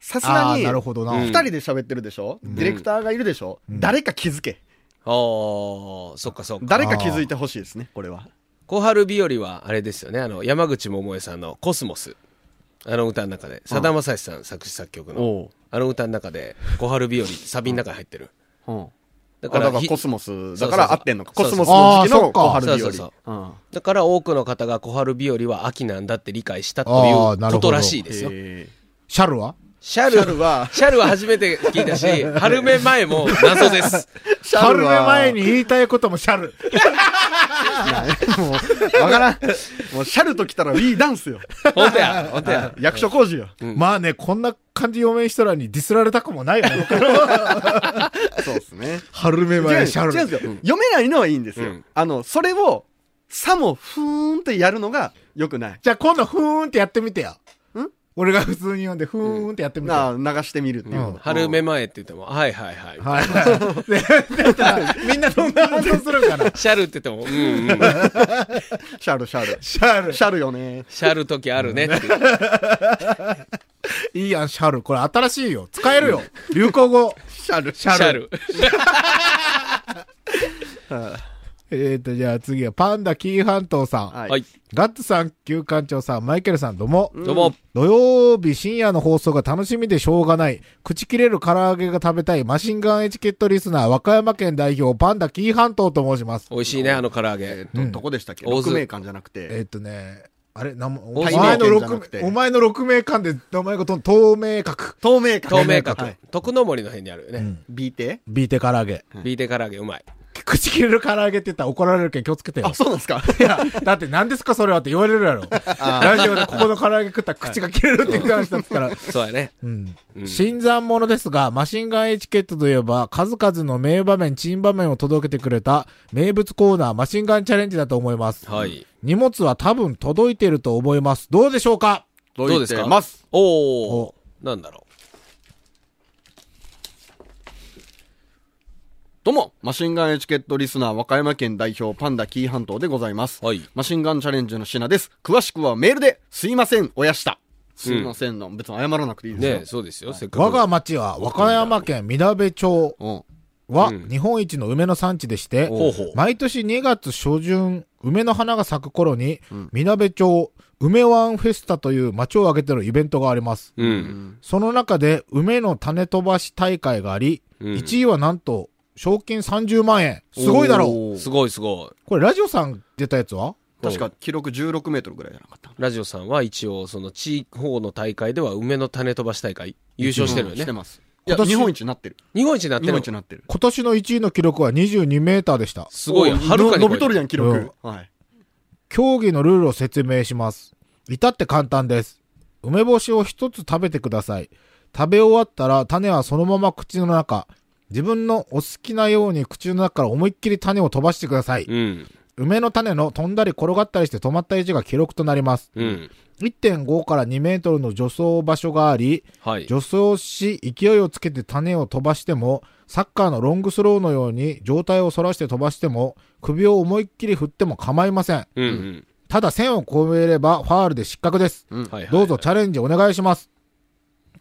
Speaker 4: さす
Speaker 2: あ
Speaker 4: が
Speaker 2: あー、
Speaker 4: に、
Speaker 2: なるほどな。
Speaker 3: うん
Speaker 4: 二人で喋ってるでしょ、ディレクターがいるでしょ、誰か気づけ。
Speaker 3: あー、そっかそっか。
Speaker 4: 誰か気づいてほしいですね、これは。
Speaker 3: 小春日和は、あれですよね、あの、山口百恵さんのコスモス。あの歌の中で、さだまさしさん作詞作曲の、
Speaker 4: お
Speaker 3: あの歌の中で、小春日和ってサビの中に入ってる。
Speaker 4: うん。あだ
Speaker 3: だ
Speaker 4: から
Speaker 3: ひ
Speaker 4: コスモス、
Speaker 3: そ
Speaker 4: だ
Speaker 3: うそうそう
Speaker 4: から合ってんのか。コスモス
Speaker 2: あ
Speaker 4: の
Speaker 2: ー
Speaker 4: 時期の小
Speaker 3: そ
Speaker 4: 春
Speaker 3: う
Speaker 4: 日
Speaker 3: そ
Speaker 4: 和。
Speaker 3: うそう
Speaker 4: うん
Speaker 3: だから多くの方が小春日和は秋なんだって理解したと
Speaker 2: あ
Speaker 3: い
Speaker 2: ー
Speaker 3: う
Speaker 2: なる
Speaker 3: こ
Speaker 2: ほど
Speaker 3: とらしいですよ。
Speaker 4: へ
Speaker 2: シャルは
Speaker 3: シャ
Speaker 4: ー
Speaker 3: ル、
Speaker 4: シャルは
Speaker 3: シャルは初めて聞い
Speaker 4: (laughs)
Speaker 3: たし、春目前も謎です。
Speaker 4: ーシ
Speaker 2: 春
Speaker 4: ャル
Speaker 2: 目
Speaker 4: は
Speaker 2: 前に言いたいこともシャル。 (laughs)
Speaker 4: もう、わからん。もう、シャルと来たら、ウィーダンス
Speaker 3: (laughs)
Speaker 4: よ。
Speaker 3: 本当や、本当や。
Speaker 4: 役所工事よ。
Speaker 2: まあね、こんな感じ嫁人らにディスられたくもないよね。
Speaker 4: そうですね。
Speaker 2: (laughs) 春目
Speaker 4: 違うん
Speaker 2: 前
Speaker 4: で
Speaker 2: シ
Speaker 4: す
Speaker 2: ャ
Speaker 4: よ。
Speaker 2: ル。
Speaker 4: 読めないのはいいんです
Speaker 3: う
Speaker 4: よ
Speaker 3: ん。
Speaker 4: あの、それを、さも、ふーんってやるのが、良くない。
Speaker 2: じゃあ今度、ふーんってやってみてよ。
Speaker 4: ん
Speaker 2: 俺が普通に読んで、ふーんってやってみてよ。
Speaker 4: なあ、流してみるっていうこと。
Speaker 3: 春目前って言っても、はいはいはい。
Speaker 2: はいはい。でだったらみんなどんな反応するんか (laughs) な。
Speaker 3: シャルって言っても、
Speaker 4: (laughs)
Speaker 3: うんうん。
Speaker 4: シャル、シャル。 (laughs)
Speaker 2: シャル。
Speaker 4: シャルよね。
Speaker 3: シャル時あるねって。
Speaker 2: いいやん、シャル。これ新しいよ。使えるよ。流行語。
Speaker 4: シャル。
Speaker 2: シャル。
Speaker 3: シャル。
Speaker 2: えーと、じゃあ次はパンダキー半島さん。
Speaker 4: は
Speaker 3: はいい。。
Speaker 2: ガッツさん、旧館長さん、マイケルさん、どうも。
Speaker 3: どうも。
Speaker 2: 土曜日深夜の放送が楽しみでしょうがない。口切れる唐揚げが食べたいマシンガンエチケットリスナー、和歌山県代表、パンダキー半島と申します。
Speaker 3: 美味しいね、あの唐揚げ。
Speaker 4: どどこでしたっけ
Speaker 3: 大
Speaker 4: 6
Speaker 3: 津
Speaker 4: 名館じゃなく
Speaker 2: え
Speaker 4: て。
Speaker 2: ーっとね、あれ、なんもお前
Speaker 3: 大島
Speaker 2: の
Speaker 4: 県じゃなく
Speaker 2: 6
Speaker 4: て
Speaker 2: 名、お前の6名間で名前ごとの透明格。
Speaker 4: 透明館。
Speaker 3: 透明
Speaker 4: はい
Speaker 3: 角。。徳の森の辺にあるよね。
Speaker 4: B 亭
Speaker 2: B 手唐揚げ。
Speaker 3: ビーテ唐揚げうまい。
Speaker 2: 口切れる唐揚げって言ったら怒られるけん気をつけてよ
Speaker 4: あ、。そうなんですか
Speaker 2: いや、だって何ですかそれはって言われるやろ。ラジオでここの唐揚げ食ったら口が切れるっていう話だったから。
Speaker 3: そうやね。
Speaker 2: うん
Speaker 3: うん
Speaker 2: 新参者ですが、マシンガンエチケットといえば、数々の名場面、珍場面を届けてくれた名物コーナー、マシンガンチャレンジだと思います。
Speaker 3: はい。
Speaker 2: 荷物は多分届いてると思います。どうでしょうか
Speaker 4: ど
Speaker 3: どうですか
Speaker 4: ます。
Speaker 3: おお
Speaker 2: お
Speaker 3: なんだろ
Speaker 4: どうも、マシンガンエチケットリスナー、和歌山県代表、パンダキー半島でございます。
Speaker 3: う。はい。
Speaker 4: マシンガンチャレンジの品です。詳しくはメールで、すいません、おやした。すいませんの、別に謝らなくていいですよ。
Speaker 3: ねそうですよ。せっかく。
Speaker 2: 我が町は和歌山県みなべ町
Speaker 4: うん。
Speaker 2: は
Speaker 3: うん
Speaker 2: 日本一の梅の産地でして、
Speaker 3: ほうほう。
Speaker 2: 毎年2月初旬、梅の花が咲く頃に、みなべ町、梅ワンフェスタという町を挙げてのイベントがあります。
Speaker 3: うん。
Speaker 2: その中で、梅の種飛ばし大会があり、
Speaker 3: うん
Speaker 2: 1位はなんと、賞金30万円。すごいだろう。
Speaker 4: おー
Speaker 3: すごいすご
Speaker 2: これ、ラジオさん出たやつは
Speaker 4: 確か記録16メートルぐらいじゃなかった。
Speaker 3: い。ラジオさんは一応、その地方の大会では梅の種飛ばし大会優勝してる
Speaker 4: う
Speaker 3: よ
Speaker 4: んして
Speaker 3: ね。
Speaker 4: ます。いや、
Speaker 2: 今年
Speaker 4: 日本一になってる。
Speaker 3: 日本一になっ
Speaker 4: 日
Speaker 3: てる
Speaker 4: 本
Speaker 3: の
Speaker 4: 一になってる。
Speaker 2: 今年の1位の記録は22メーターでした。
Speaker 3: すごいよ。はるかに
Speaker 4: の伸びとるやん、記
Speaker 2: う
Speaker 4: 録
Speaker 2: ん。
Speaker 4: はい。
Speaker 2: 競技のルールを説明します。至って簡単です。梅干しを一つ食べてください。食べ終わったら種はそのまま口の中。自分のお好きなように口の中から思いっきり種を飛ばしてください。
Speaker 3: うん。
Speaker 2: 梅の種の飛んだり転がったりして止まった位置が記録となります。
Speaker 3: うん。
Speaker 2: 1.5から2メートルの助走場所があり、
Speaker 3: はい。
Speaker 2: 助走し勢いをつけて種を飛ばしても、サッカーのロングスローのように上体を反らして飛ばしても、首を思いっきり振っても構いません。
Speaker 3: うん
Speaker 2: ただ線を越えればファールで失格です。
Speaker 4: うん
Speaker 3: うん。はい。
Speaker 2: どうぞチャレンジお願いします。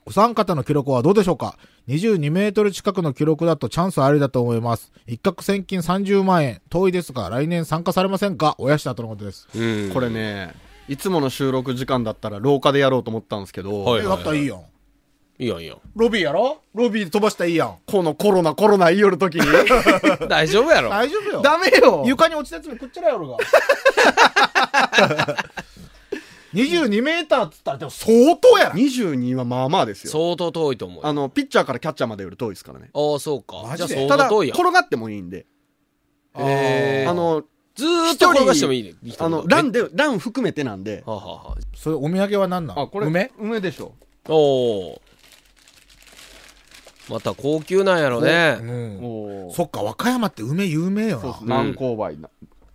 Speaker 2: お三方の記録はどうでしょうか ?22 メートル近くの記録だとチャンスありだと思います。一攫千金30万円。遠いですが、来年参加されませんかおやしたとのことです。
Speaker 3: うん。
Speaker 4: これね、いつもの収録時間だったら廊下でやろうと思ったんですけど、
Speaker 3: はい
Speaker 2: えやったらいいやん。
Speaker 3: いいよいいよ。
Speaker 2: ロビーやろロビーで飛ばしたらいいやん。
Speaker 4: このコロナコロナ言いよるときに。
Speaker 3: (laughs) 大丈夫やろ。
Speaker 2: 大丈夫よ。
Speaker 4: ダメよ
Speaker 2: 床に落ちたやつも食っちゃらやろ (laughs) が。22メーターっつったらでも相当やな
Speaker 4: !22 はまあまあですよ。
Speaker 3: 相当遠いと思うよ。
Speaker 4: あの、ピッチャーからキャッチャーまでより遠いですからね。
Speaker 3: ああ、そうか。
Speaker 2: マ
Speaker 3: じゃ
Speaker 2: ジ
Speaker 3: あ
Speaker 2: で
Speaker 4: た
Speaker 3: 相
Speaker 4: だ、
Speaker 3: 当遠いやん。
Speaker 4: 転がってもいいんで。
Speaker 3: えー
Speaker 4: あの、
Speaker 3: ずーっと転がしてもいいね。
Speaker 4: あの、ランで、ラン含めてなんで。
Speaker 3: はあ、はあはあ、
Speaker 2: それお土産は何なん梅
Speaker 4: 梅でしょ。
Speaker 3: おおまた高級なんやろ
Speaker 2: う
Speaker 3: ね
Speaker 2: ん。
Speaker 4: お
Speaker 2: そっか、和歌山って梅有名よ
Speaker 4: そう
Speaker 2: な (laughs)
Speaker 4: っ。す南勾梅な。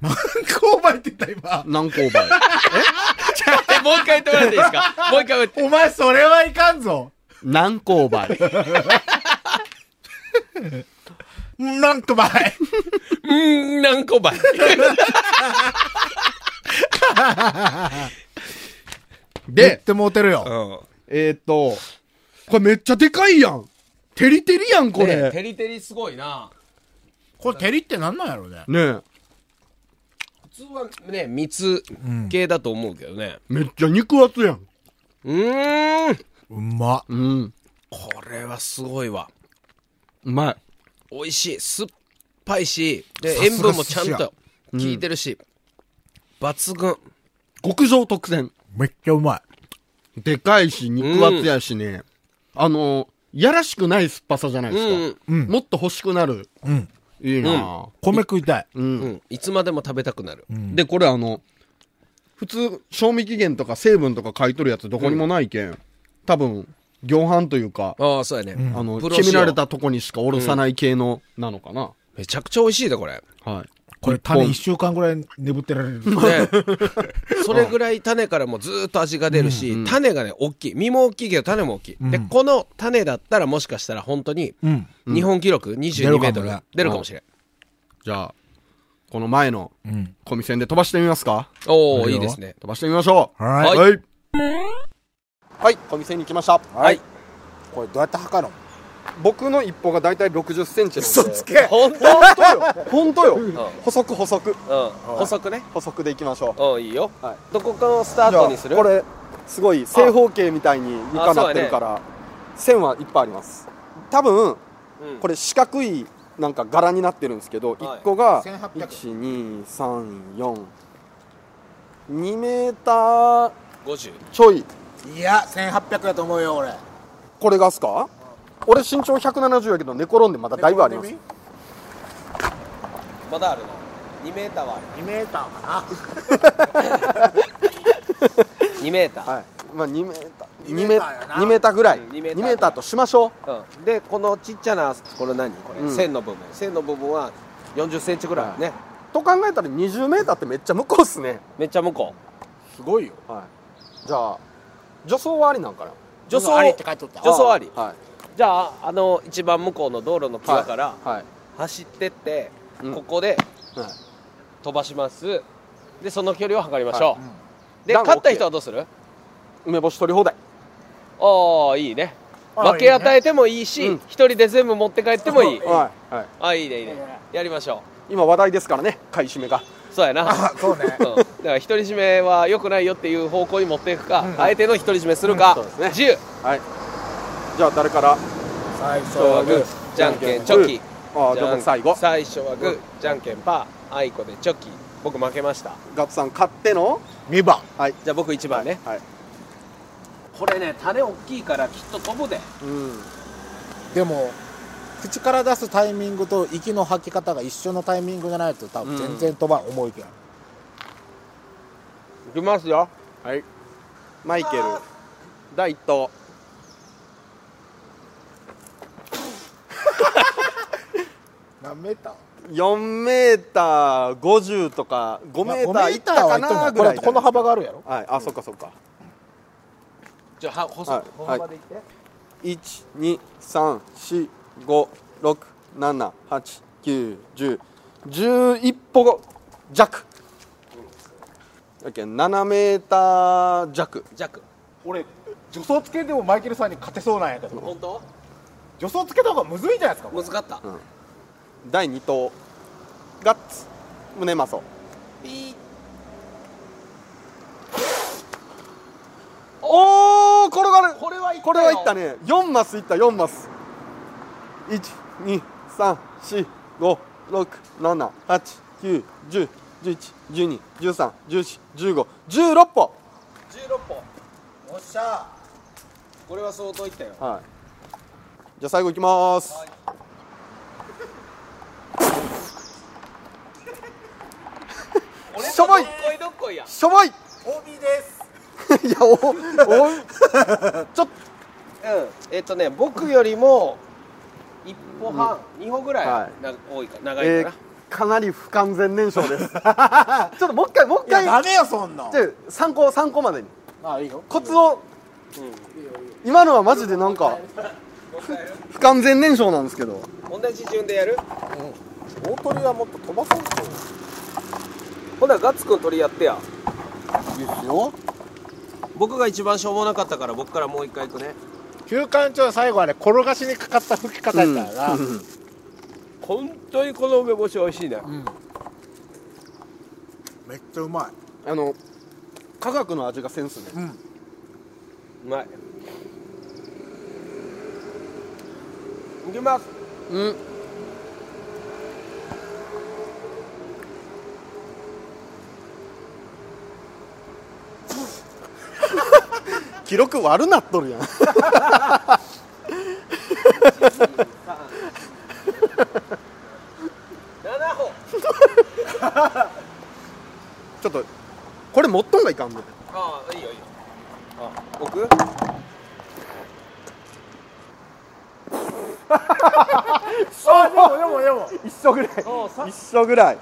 Speaker 2: 購買って言った今。
Speaker 4: 南勾 (laughs) 梅。
Speaker 3: え (laughs) もう一回言ってもらっていいですかもう一回言って
Speaker 2: お前それはいかんぞ。
Speaker 4: 南勾梅。
Speaker 2: なんか (laughs) ばい。
Speaker 3: うーん何個倍
Speaker 2: で、っ
Speaker 4: で、
Speaker 2: てもうてるよ。
Speaker 3: う
Speaker 4: えーっと、これめっちゃでかいやん。テリテリやん、こ
Speaker 3: んね
Speaker 4: れ。
Speaker 3: テリテリすごいな
Speaker 2: これ、照りってなんなんやろうね。
Speaker 4: ねえ。
Speaker 3: 普通はね蜜系だと思うけどね
Speaker 4: めっちゃ肉厚やん。
Speaker 3: うーん
Speaker 2: うま。
Speaker 4: うん。
Speaker 3: これはすごいわ
Speaker 4: うまい。
Speaker 3: 美味しい酸っぱいしで
Speaker 2: さすが
Speaker 3: 塩分もちゃん
Speaker 2: 寿司や
Speaker 3: と効いてるし、抜群
Speaker 4: 極上特選。
Speaker 2: めっちゃうま
Speaker 4: でかいし、肉厚やしね。あの、やらしくない酸っぱさじゃないで
Speaker 3: う
Speaker 4: す
Speaker 3: ん
Speaker 4: か。もっと欲しくなる。
Speaker 2: い。うん。
Speaker 4: いいな
Speaker 2: 米食いたい。
Speaker 4: うん
Speaker 3: うん、いつまでも食べたくなる、
Speaker 4: で、これあの、普通、賞味期限とか成分とか書いとるやつどこにもないけん。多分、行販というか、
Speaker 3: ああそうやね、
Speaker 4: あの、
Speaker 3: プロ仕様
Speaker 4: 決められたとこにしかおろさない系の、なのかな。
Speaker 3: めちゃくちゃ美味しいでこれ
Speaker 4: はい。
Speaker 2: これ、種一週間ぐらい眠ってられる。 (laughs)
Speaker 3: ね、それぐらい種からもずーっと味が出るし、種がね大きい実も大きいけど種も大きい、でこの種だったらもしかしたら本当に
Speaker 2: うん。
Speaker 3: 日本記録
Speaker 2: 出
Speaker 3: 22
Speaker 2: るか
Speaker 3: メート
Speaker 2: も
Speaker 3: ル
Speaker 2: ね
Speaker 3: 出るかもしれん、
Speaker 4: じゃあ、この前の
Speaker 2: うん。
Speaker 4: コミセンで飛ばしてみますか
Speaker 3: おお
Speaker 2: 出る
Speaker 3: い
Speaker 2: よ
Speaker 3: いですね
Speaker 4: 飛ばしてみましょう。
Speaker 2: はいい。
Speaker 4: はい。はい、コミセンに来ました。
Speaker 3: は
Speaker 4: はいい。
Speaker 2: これ、どうやって測るの
Speaker 4: 僕の一歩がだいたい60センチなんで。
Speaker 2: け
Speaker 3: 本当、
Speaker 4: 本当
Speaker 3: (laughs)
Speaker 4: よ。本当よ。細く細く。
Speaker 3: うん、細くね
Speaker 4: 細くでいきましょう。
Speaker 3: うんいいよ、
Speaker 4: はい
Speaker 3: どこかのスター
Speaker 4: じゃ
Speaker 3: ト
Speaker 4: あ
Speaker 3: にする
Speaker 4: これすごい正方形みたいに床なってるから、線はいっぱいあります多分
Speaker 3: うん
Speaker 4: これ四角いなんか柄になってるんですけど、
Speaker 3: はい
Speaker 4: 1個が
Speaker 2: 1800
Speaker 4: 1234 2メーター
Speaker 3: 50
Speaker 4: ちょい
Speaker 2: いや、1800だと思うよ、俺。
Speaker 4: これがっすか俺身長170やけど寝転んでまだだいぶあります
Speaker 3: まだあるの2メーターはある
Speaker 2: 2メーターか
Speaker 3: 2メーター、
Speaker 4: はいまあ、2メーター
Speaker 2: 2
Speaker 4: 2
Speaker 2: メ
Speaker 4: メ
Speaker 2: ー
Speaker 4: ー
Speaker 2: ター
Speaker 4: タ
Speaker 2: や
Speaker 4: ー
Speaker 2: な
Speaker 4: 2メーターぐらい
Speaker 3: うん
Speaker 4: 2
Speaker 3: 2メ
Speaker 4: メ
Speaker 3: ーター
Speaker 4: ーターとしましょ
Speaker 3: うん、でこのちっちゃなこれ何これ、
Speaker 4: うん
Speaker 3: 線の部分線の部分は4 0ンチぐらいね、
Speaker 4: うと考えたら20メーターってめっちゃ向こうっすね
Speaker 3: めっちゃ向こう
Speaker 2: すごいよ
Speaker 4: はいじゃあ助走はありなんかな
Speaker 3: 助走
Speaker 2: ありって書いとった
Speaker 3: 助走あり
Speaker 4: は
Speaker 3: じゃああの一番向こうの道路の
Speaker 4: いは
Speaker 3: 際
Speaker 4: い
Speaker 3: から
Speaker 4: はい
Speaker 3: 走ってって、
Speaker 4: うん
Speaker 3: ここで
Speaker 4: はい
Speaker 3: 飛ばしますでその距離を測りましょう、
Speaker 4: は
Speaker 3: で
Speaker 4: ダウン
Speaker 3: 勝った
Speaker 4: OK
Speaker 3: 人はどうする
Speaker 4: 梅干し取り放題
Speaker 3: ああいいね
Speaker 2: ああ
Speaker 3: 分け与えてもいいし
Speaker 4: いいね
Speaker 3: 一、
Speaker 4: うん
Speaker 3: 人で全部持って帰ってもいい
Speaker 4: はいはい
Speaker 3: ああいいねいいねやりましょ
Speaker 4: 今話題ですからね買い占めが
Speaker 3: うそうやな
Speaker 2: あそうね
Speaker 3: (laughs) うん、だから独り占めは良くないよっていう方向に持っていくか、相手の独り占めするか、
Speaker 4: うんそうですね
Speaker 3: 自由
Speaker 4: はいじゃあ誰から
Speaker 2: 最初
Speaker 3: 今日は
Speaker 2: は
Speaker 3: グ
Speaker 2: グ
Speaker 3: ー
Speaker 2: ー
Speaker 3: じゃんけんチョキ
Speaker 4: ああじゃあ僕最後
Speaker 3: 最初はグーじゃんけんパーあいこでチョキ僕負けました
Speaker 4: ガッツさん買っての
Speaker 2: 2番
Speaker 4: はい
Speaker 3: じゃあ僕1番ね、
Speaker 4: はい
Speaker 3: これね種大きいからきっと飛ぶで
Speaker 4: うん
Speaker 2: でも口から出すタイミングと息の吐き方が一緒のタイミングじゃないと多分全然飛ばん重いけん
Speaker 3: いきますよ
Speaker 4: はいマイケル第一投
Speaker 2: 何メーター
Speaker 4: 4メーター50とか5メーターいったかなぐ
Speaker 2: こ
Speaker 4: ら
Speaker 2: れ
Speaker 4: い
Speaker 2: この幅があるやろ
Speaker 4: はいあそっかそっか
Speaker 3: じゃあは細
Speaker 4: はい
Speaker 3: く細場でいって、
Speaker 4: 1 2 3 4 5 6 7 8 9 1 0 1歩弱やけん7メーター弱
Speaker 3: ジャック
Speaker 2: 俺助走つけてもマイケルさんに勝てそうなんやけど
Speaker 3: 本当
Speaker 2: 助走つけた方がむずいんじゃないですかこれ
Speaker 3: 難かった、
Speaker 4: 第2投ガッツ胸マソおお転がる
Speaker 3: これはいったよ
Speaker 4: これはいったね4マスいった4マス12345678910111213141516歩
Speaker 3: 16歩
Speaker 2: おっしゃ
Speaker 3: これは相当いったよ
Speaker 4: はいじゃあ最後いきます、
Speaker 3: 俺
Speaker 4: しょぼい
Speaker 3: どっこいどっこいや
Speaker 4: しょぼいい
Speaker 2: 帯です
Speaker 4: (laughs) や
Speaker 2: (laughs)
Speaker 4: おおちょっ
Speaker 3: うんえっ、とね僕よりも一歩半、二歩ぐら
Speaker 4: はいい
Speaker 3: な、多いか長い
Speaker 4: え
Speaker 3: か
Speaker 4: ー
Speaker 3: な、
Speaker 4: かなり不完全燃焼です (laughs) ちょっともう一回もう一
Speaker 2: いや
Speaker 4: 回
Speaker 2: ダメよそんなん
Speaker 4: じゃあ参考参考までに
Speaker 2: あいいよ
Speaker 4: コツを、今のはマジでなんかふ不完全燃焼なんですけど
Speaker 3: 同じ順でやる
Speaker 2: 大鳥はもっと飛ばそうと
Speaker 3: ほなガッツくん取りやってや
Speaker 2: ですよ
Speaker 3: 僕が一番しょうもなかったから僕からもう一回いくね
Speaker 2: 休館長最後はね転がしにかかった吹き方やったからな、
Speaker 3: 本当にこの梅干し美味しいね
Speaker 2: めっちゃうま
Speaker 4: あの科学の味がセンスね
Speaker 3: うまいいきます
Speaker 4: うん記録悪なっとるやん (laughs)
Speaker 3: 7歩
Speaker 4: ちょっとこれ持っとんがいかんね
Speaker 3: ああいいよいいよあ僕
Speaker 2: あでもでもでも
Speaker 4: 一緒ぐらい
Speaker 3: そうさ
Speaker 4: 一緒ぐらい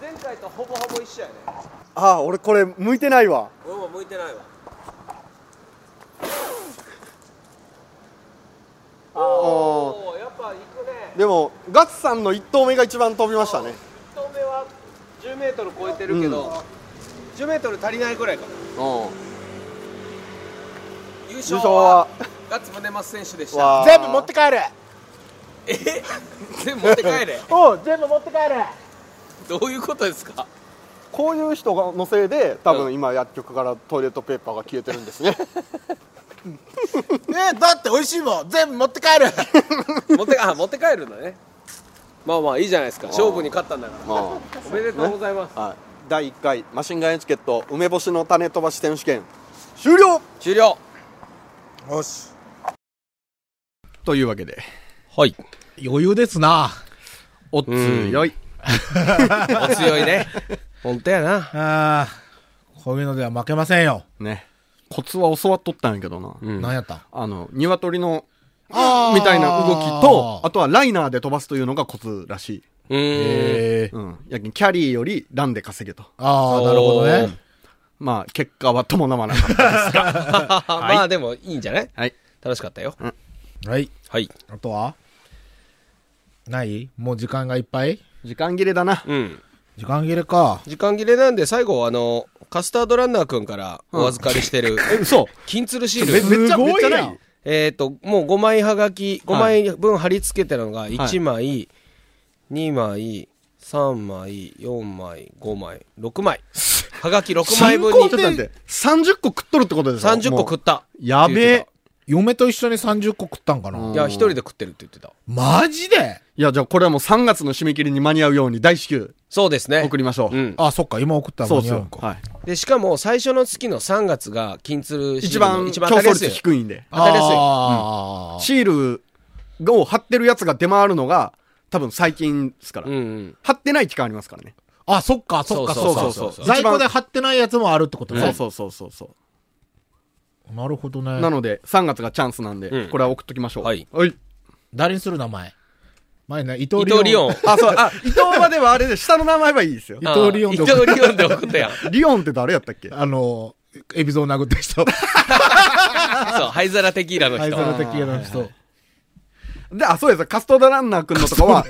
Speaker 3: 前回とほぼほぼ一緒やね
Speaker 4: ああ俺これ向いてないわ
Speaker 3: 俺も向いてないわ
Speaker 4: あ
Speaker 3: おおやっぱ行くね
Speaker 4: でもガッツさんの1投目が一番飛びましたね
Speaker 3: 1投目は1 0ル超えてるけど、10メートル足りないぐらいかも
Speaker 4: うん
Speaker 3: 優
Speaker 4: 優
Speaker 3: 勝
Speaker 4: 勝
Speaker 3: は
Speaker 4: は
Speaker 3: ガッツムネマス選手でした
Speaker 4: わあ
Speaker 2: 全部持って帰る
Speaker 3: え (laughs) 全部持って帰れ
Speaker 2: おう全部持って帰る
Speaker 3: どういうことですか
Speaker 4: こういう人がのせいで多
Speaker 3: うん
Speaker 4: 分今薬局からトイレットペーパーが消えてるんで
Speaker 2: (laughs)
Speaker 4: すね
Speaker 2: ねだって美味しいもん全部持って帰る
Speaker 3: 持ってあ持って帰るんだねまあまあいいじゃないですか勝負に勝ったんだから
Speaker 4: ま
Speaker 3: おめでとうございます、
Speaker 4: あ、はい、第1回マシンガンエチケット梅干しの種飛ばし選手権終了
Speaker 3: 終了
Speaker 2: よし
Speaker 5: というわけで
Speaker 3: はい
Speaker 6: 余裕ですな。
Speaker 5: お強い
Speaker 3: お強いね。本当やな。
Speaker 2: ああ、こういうのでは負けませんよ。
Speaker 4: ね。コツは教わっとったんやけどな。
Speaker 3: うん
Speaker 2: 何やった
Speaker 4: あの、鶏の、
Speaker 2: あー
Speaker 4: みたいな動きと、あとはライナーで飛ばすというのがコツらしい。
Speaker 3: う (laughs) ーん。
Speaker 2: ええ
Speaker 4: うん。やけん、キャリーよりランで稼げと。
Speaker 2: ああ、なるほどね。
Speaker 4: まあ、結果は伴わなかったですが。
Speaker 3: まあでもいいんじゃない
Speaker 4: はい。
Speaker 3: 楽しかったよ。
Speaker 2: はい。
Speaker 3: はい。
Speaker 2: あとはないもう時間がいっぱい
Speaker 4: 時間切れだな。
Speaker 3: うん。
Speaker 2: 時間切れか。
Speaker 3: 時間切れなんで最後、あの、カスタードランナーくんからお預かりしてる、
Speaker 4: え、嘘
Speaker 3: 金鶴シ
Speaker 4: め
Speaker 3: ール。
Speaker 4: めっちゃ、
Speaker 2: すご
Speaker 4: めっ
Speaker 2: い
Speaker 4: ち
Speaker 2: や
Speaker 4: ゃ
Speaker 2: ん
Speaker 4: ない
Speaker 3: えっと、もう5枚はがき、5
Speaker 4: は
Speaker 3: 枚分貼り付けてるのが1枚、2枚、3枚、4枚、5枚、6枚。はがき6枚分
Speaker 4: ちょっ
Speaker 3: に
Speaker 4: と待って、30個食っとるってことです
Speaker 3: 30個食
Speaker 4: っ
Speaker 3: った。
Speaker 4: やべえ。
Speaker 2: 嫁と一緒に30個食ったんかな、
Speaker 4: う
Speaker 3: い
Speaker 4: ん
Speaker 3: や、一人で食ってるって言ってた。
Speaker 2: マジで
Speaker 4: いや、じゃあこれはもう3月の締め切りに間に合うように大至急
Speaker 3: そうですね。
Speaker 4: 送りましょう。
Speaker 3: うん。
Speaker 2: あ、そっか、今送った
Speaker 4: そう
Speaker 2: の
Speaker 4: っ
Speaker 2: に
Speaker 4: すよ。はい。
Speaker 3: で、しかも最初の月の3月が金鶴シール
Speaker 4: 一番
Speaker 3: の
Speaker 4: 競
Speaker 3: 一番当たりや
Speaker 4: 争
Speaker 3: す
Speaker 4: 率
Speaker 3: い。
Speaker 4: 低いんで。
Speaker 3: 当たりやすい
Speaker 2: あー
Speaker 4: シールを貼ってるやつが出回るのが多分最近ですから。
Speaker 3: うんうん。
Speaker 4: 貼ってない期間ありますからね。
Speaker 2: あ、そっか、そっか、そっ
Speaker 3: そ
Speaker 2: か。
Speaker 3: うそうそうそう
Speaker 2: 在庫で貼ってないやつもあるってことね。
Speaker 4: そうそうそうそうそう。
Speaker 2: なるほどね。
Speaker 4: なので、3月がチャンスなんで、
Speaker 3: うん
Speaker 4: これは送っときましょう。
Speaker 3: はい
Speaker 4: はい。
Speaker 2: 誰にする名前前ね、伊
Speaker 3: 伊
Speaker 2: 藤リオン。
Speaker 3: 藤リオン。
Speaker 4: あ、そう、 (laughs) あ、伊藤まではあれで、下の名前はいいですよ
Speaker 2: 伊。藤リオン
Speaker 3: で
Speaker 2: で
Speaker 3: 伊藤リオンで送ったやん。そ
Speaker 4: リオンって誰やったっけ
Speaker 2: あの、エビゾを殴った人。
Speaker 3: う、灰皿テキーラの
Speaker 2: 灰
Speaker 3: 人。
Speaker 2: 皿的な人。
Speaker 4: で、あ、そうです。カストードランナーくんのとかは、 (laughs)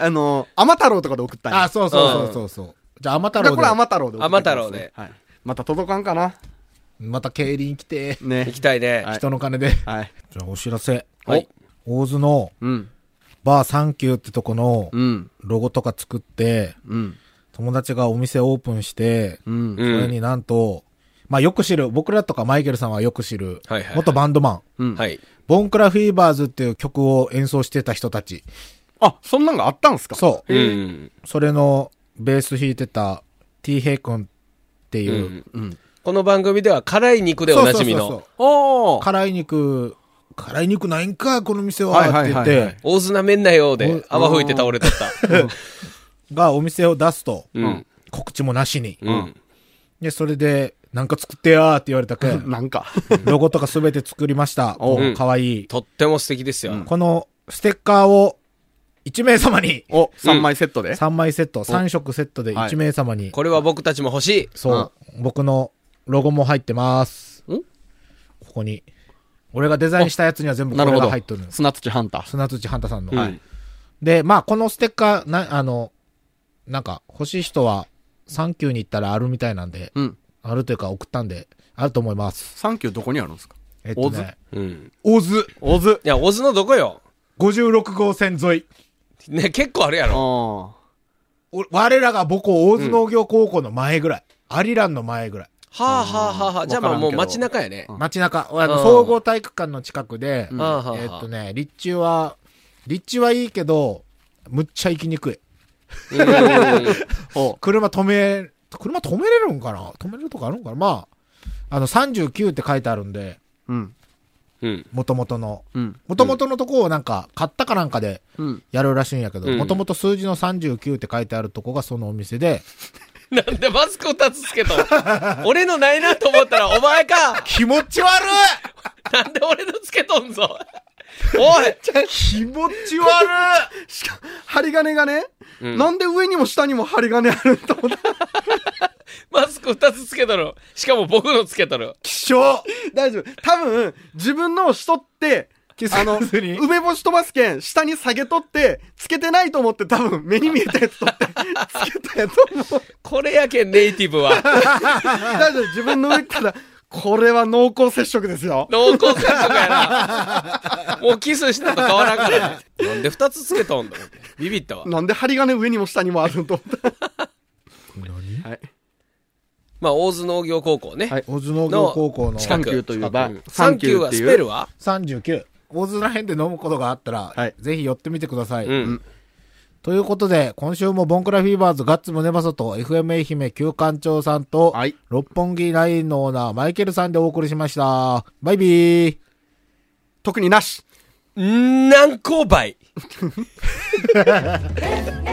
Speaker 4: あの、アマ太郎とかで送ったんや
Speaker 2: あ、そうそうそうそうそう。じゃあ、天太
Speaker 4: だから
Speaker 2: 郎
Speaker 4: これアマ
Speaker 2: で。
Speaker 4: 太郎で送ってきますね
Speaker 3: アマ太郎で
Speaker 4: はい。また届かんかな
Speaker 2: また競輪来て、
Speaker 4: ね
Speaker 3: 行。きたいね。
Speaker 4: はい
Speaker 2: 人の金で。
Speaker 4: はい。
Speaker 2: じゃあ、お知らせ。
Speaker 3: はい
Speaker 2: 大津の
Speaker 4: うん。
Speaker 2: バーサンキューってとこの
Speaker 4: うん。
Speaker 2: ロゴとか作って、
Speaker 4: うん。
Speaker 2: 友達がお店オープンして、
Speaker 4: うん
Speaker 3: う。
Speaker 2: それ
Speaker 3: ん。
Speaker 2: になんと、まあよく知る、僕らとかマイケルさんはよく知る、
Speaker 3: はいはいはい
Speaker 2: 元バンドマン、
Speaker 4: うん。。
Speaker 3: はいい。
Speaker 2: ボンクラフィーバーズっていう曲を演奏してた人たち。
Speaker 4: あ、そんなんがあったんすかう。
Speaker 2: そうう。
Speaker 3: ん。
Speaker 2: それのベース弾いてた t ヘイ君っていうう。
Speaker 4: う
Speaker 3: ん
Speaker 4: ん。
Speaker 3: この番組では辛い肉でお
Speaker 2: そう
Speaker 3: な
Speaker 2: そう
Speaker 3: じみ
Speaker 2: そうそ
Speaker 3: の
Speaker 2: う。
Speaker 4: おー。
Speaker 2: 辛い肉、辛い肉ないんか、この店は、
Speaker 4: はいはいはいはい
Speaker 2: って言って、
Speaker 3: 大砂めんなようで
Speaker 2: お
Speaker 3: 泡吹いて倒れとった。
Speaker 2: がお店を出すと、
Speaker 3: うん。
Speaker 2: 告知もなしに。
Speaker 3: うん。
Speaker 2: で、それで、なんか作ってやーって言われたけん、
Speaker 4: (laughs) なんか。
Speaker 2: ロゴとかすべて作りました。
Speaker 4: お
Speaker 2: このかわいい。
Speaker 3: とっても素敵ですよ。
Speaker 2: このステッカーを1名様に、
Speaker 4: お、3枚セットで。
Speaker 2: 3枚セット、3色セットで
Speaker 4: はい
Speaker 2: 1名様に、
Speaker 3: これは僕たちも欲しい。
Speaker 2: そう、僕のロゴも入ってます。
Speaker 4: ん
Speaker 2: ここに。俺がデザインしたやつには全部こ
Speaker 4: な
Speaker 2: れ
Speaker 4: るほ
Speaker 2: が
Speaker 4: ど
Speaker 2: 入っとるん。です。
Speaker 4: 砂土ハンター。
Speaker 2: 砂土半太さんの。
Speaker 4: はい。
Speaker 2: で、まあ、このステッカー、な、あの、なんか、欲しい人は、サンキューに行ったらあるみたいなんで、
Speaker 4: うん。
Speaker 2: あるというか送ったんで、あると思います。
Speaker 4: サンキューどこにあるんですか
Speaker 2: えっと
Speaker 4: 大津
Speaker 2: ね、
Speaker 3: うん。
Speaker 2: 大津
Speaker 4: 大津。
Speaker 3: いや、大砂のどこよ。
Speaker 2: 56号線沿い。
Speaker 3: ね、結構あるや
Speaker 4: あ
Speaker 3: ろ。
Speaker 4: ー。
Speaker 2: お我らが母校大津農業高校の前ぐらい。アリランの前ぐらい。
Speaker 3: はあはあはあはあ。じゃあま
Speaker 4: わから
Speaker 3: あ
Speaker 4: ん
Speaker 3: も
Speaker 4: けど
Speaker 3: う街中やね。
Speaker 2: 街中、あの
Speaker 3: うん
Speaker 2: 総合体育館の近くで、
Speaker 3: ん
Speaker 2: えーっとね、立地は、立地はいいけど、むっちゃ行きにくい。
Speaker 4: お
Speaker 2: 車止め、車止めれるんかな止めれるとかあるんかなまあ、あの39って書いてあるんで、
Speaker 4: うん。
Speaker 3: うん。
Speaker 2: 元々の。
Speaker 4: うん。
Speaker 2: 元々のとこをなんか、買ったかなんかで
Speaker 4: うん。
Speaker 2: やるらしいんやけど、
Speaker 3: うん
Speaker 2: 元々数字の39って書いてあるとこがそのお店で、
Speaker 3: なんでマスクを立つつけと。 (laughs) 俺のないなと思ったらお前か。
Speaker 2: 気持ち悪い
Speaker 3: なんで俺のつけとんぞ。おい。
Speaker 2: 気持ち悪い
Speaker 4: しか、針金がね、
Speaker 3: うん
Speaker 4: なんで上にも下にも針金あると思った。
Speaker 3: マスク二つつけとる。しかも僕のつけとる。
Speaker 2: 気象
Speaker 4: 大丈夫。多分、自分のをしとって、あの、
Speaker 2: 気づかずに
Speaker 4: 梅干し飛ばすけん、下に下げとって、つけてないと思って、多分、目に見えたやつとって、つけたやつ思う。
Speaker 3: これやけん、ネイティ
Speaker 4: (laughs)
Speaker 3: ブは。
Speaker 4: 大丈夫。自分の上から、これは濃厚接触ですよ。
Speaker 3: 濃厚接触やな。もうキスしたと変わらんから。なんで二つつけとんのビビったわ。
Speaker 4: なんで針金上にも下にもあると思った。はい。
Speaker 3: まあ、大津農業高校ね。
Speaker 4: はい
Speaker 2: 大津農業高校の
Speaker 4: サ
Speaker 3: 近く
Speaker 4: ンキューというバー
Speaker 3: 近く
Speaker 4: サ
Speaker 3: サ
Speaker 4: ン
Speaker 3: ン
Speaker 4: キ
Speaker 3: キ
Speaker 4: ュー
Speaker 3: ュー
Speaker 4: っ
Speaker 3: は
Speaker 4: てい
Speaker 3: ス
Speaker 4: う
Speaker 3: ペルは
Speaker 2: 39。大津ら辺で飲むことがあったら、
Speaker 4: はい
Speaker 2: ぜひ寄ってみてください。
Speaker 3: うん。
Speaker 2: ということで、今週もボンクラフィーバーズガッツムネマソと FM 愛媛旧館長さんと、
Speaker 4: はい
Speaker 2: 六本木ラインのオーナーマイケルさんでお送りしました。バイビー。
Speaker 4: 特になし。
Speaker 3: 何勾配
Speaker 1: え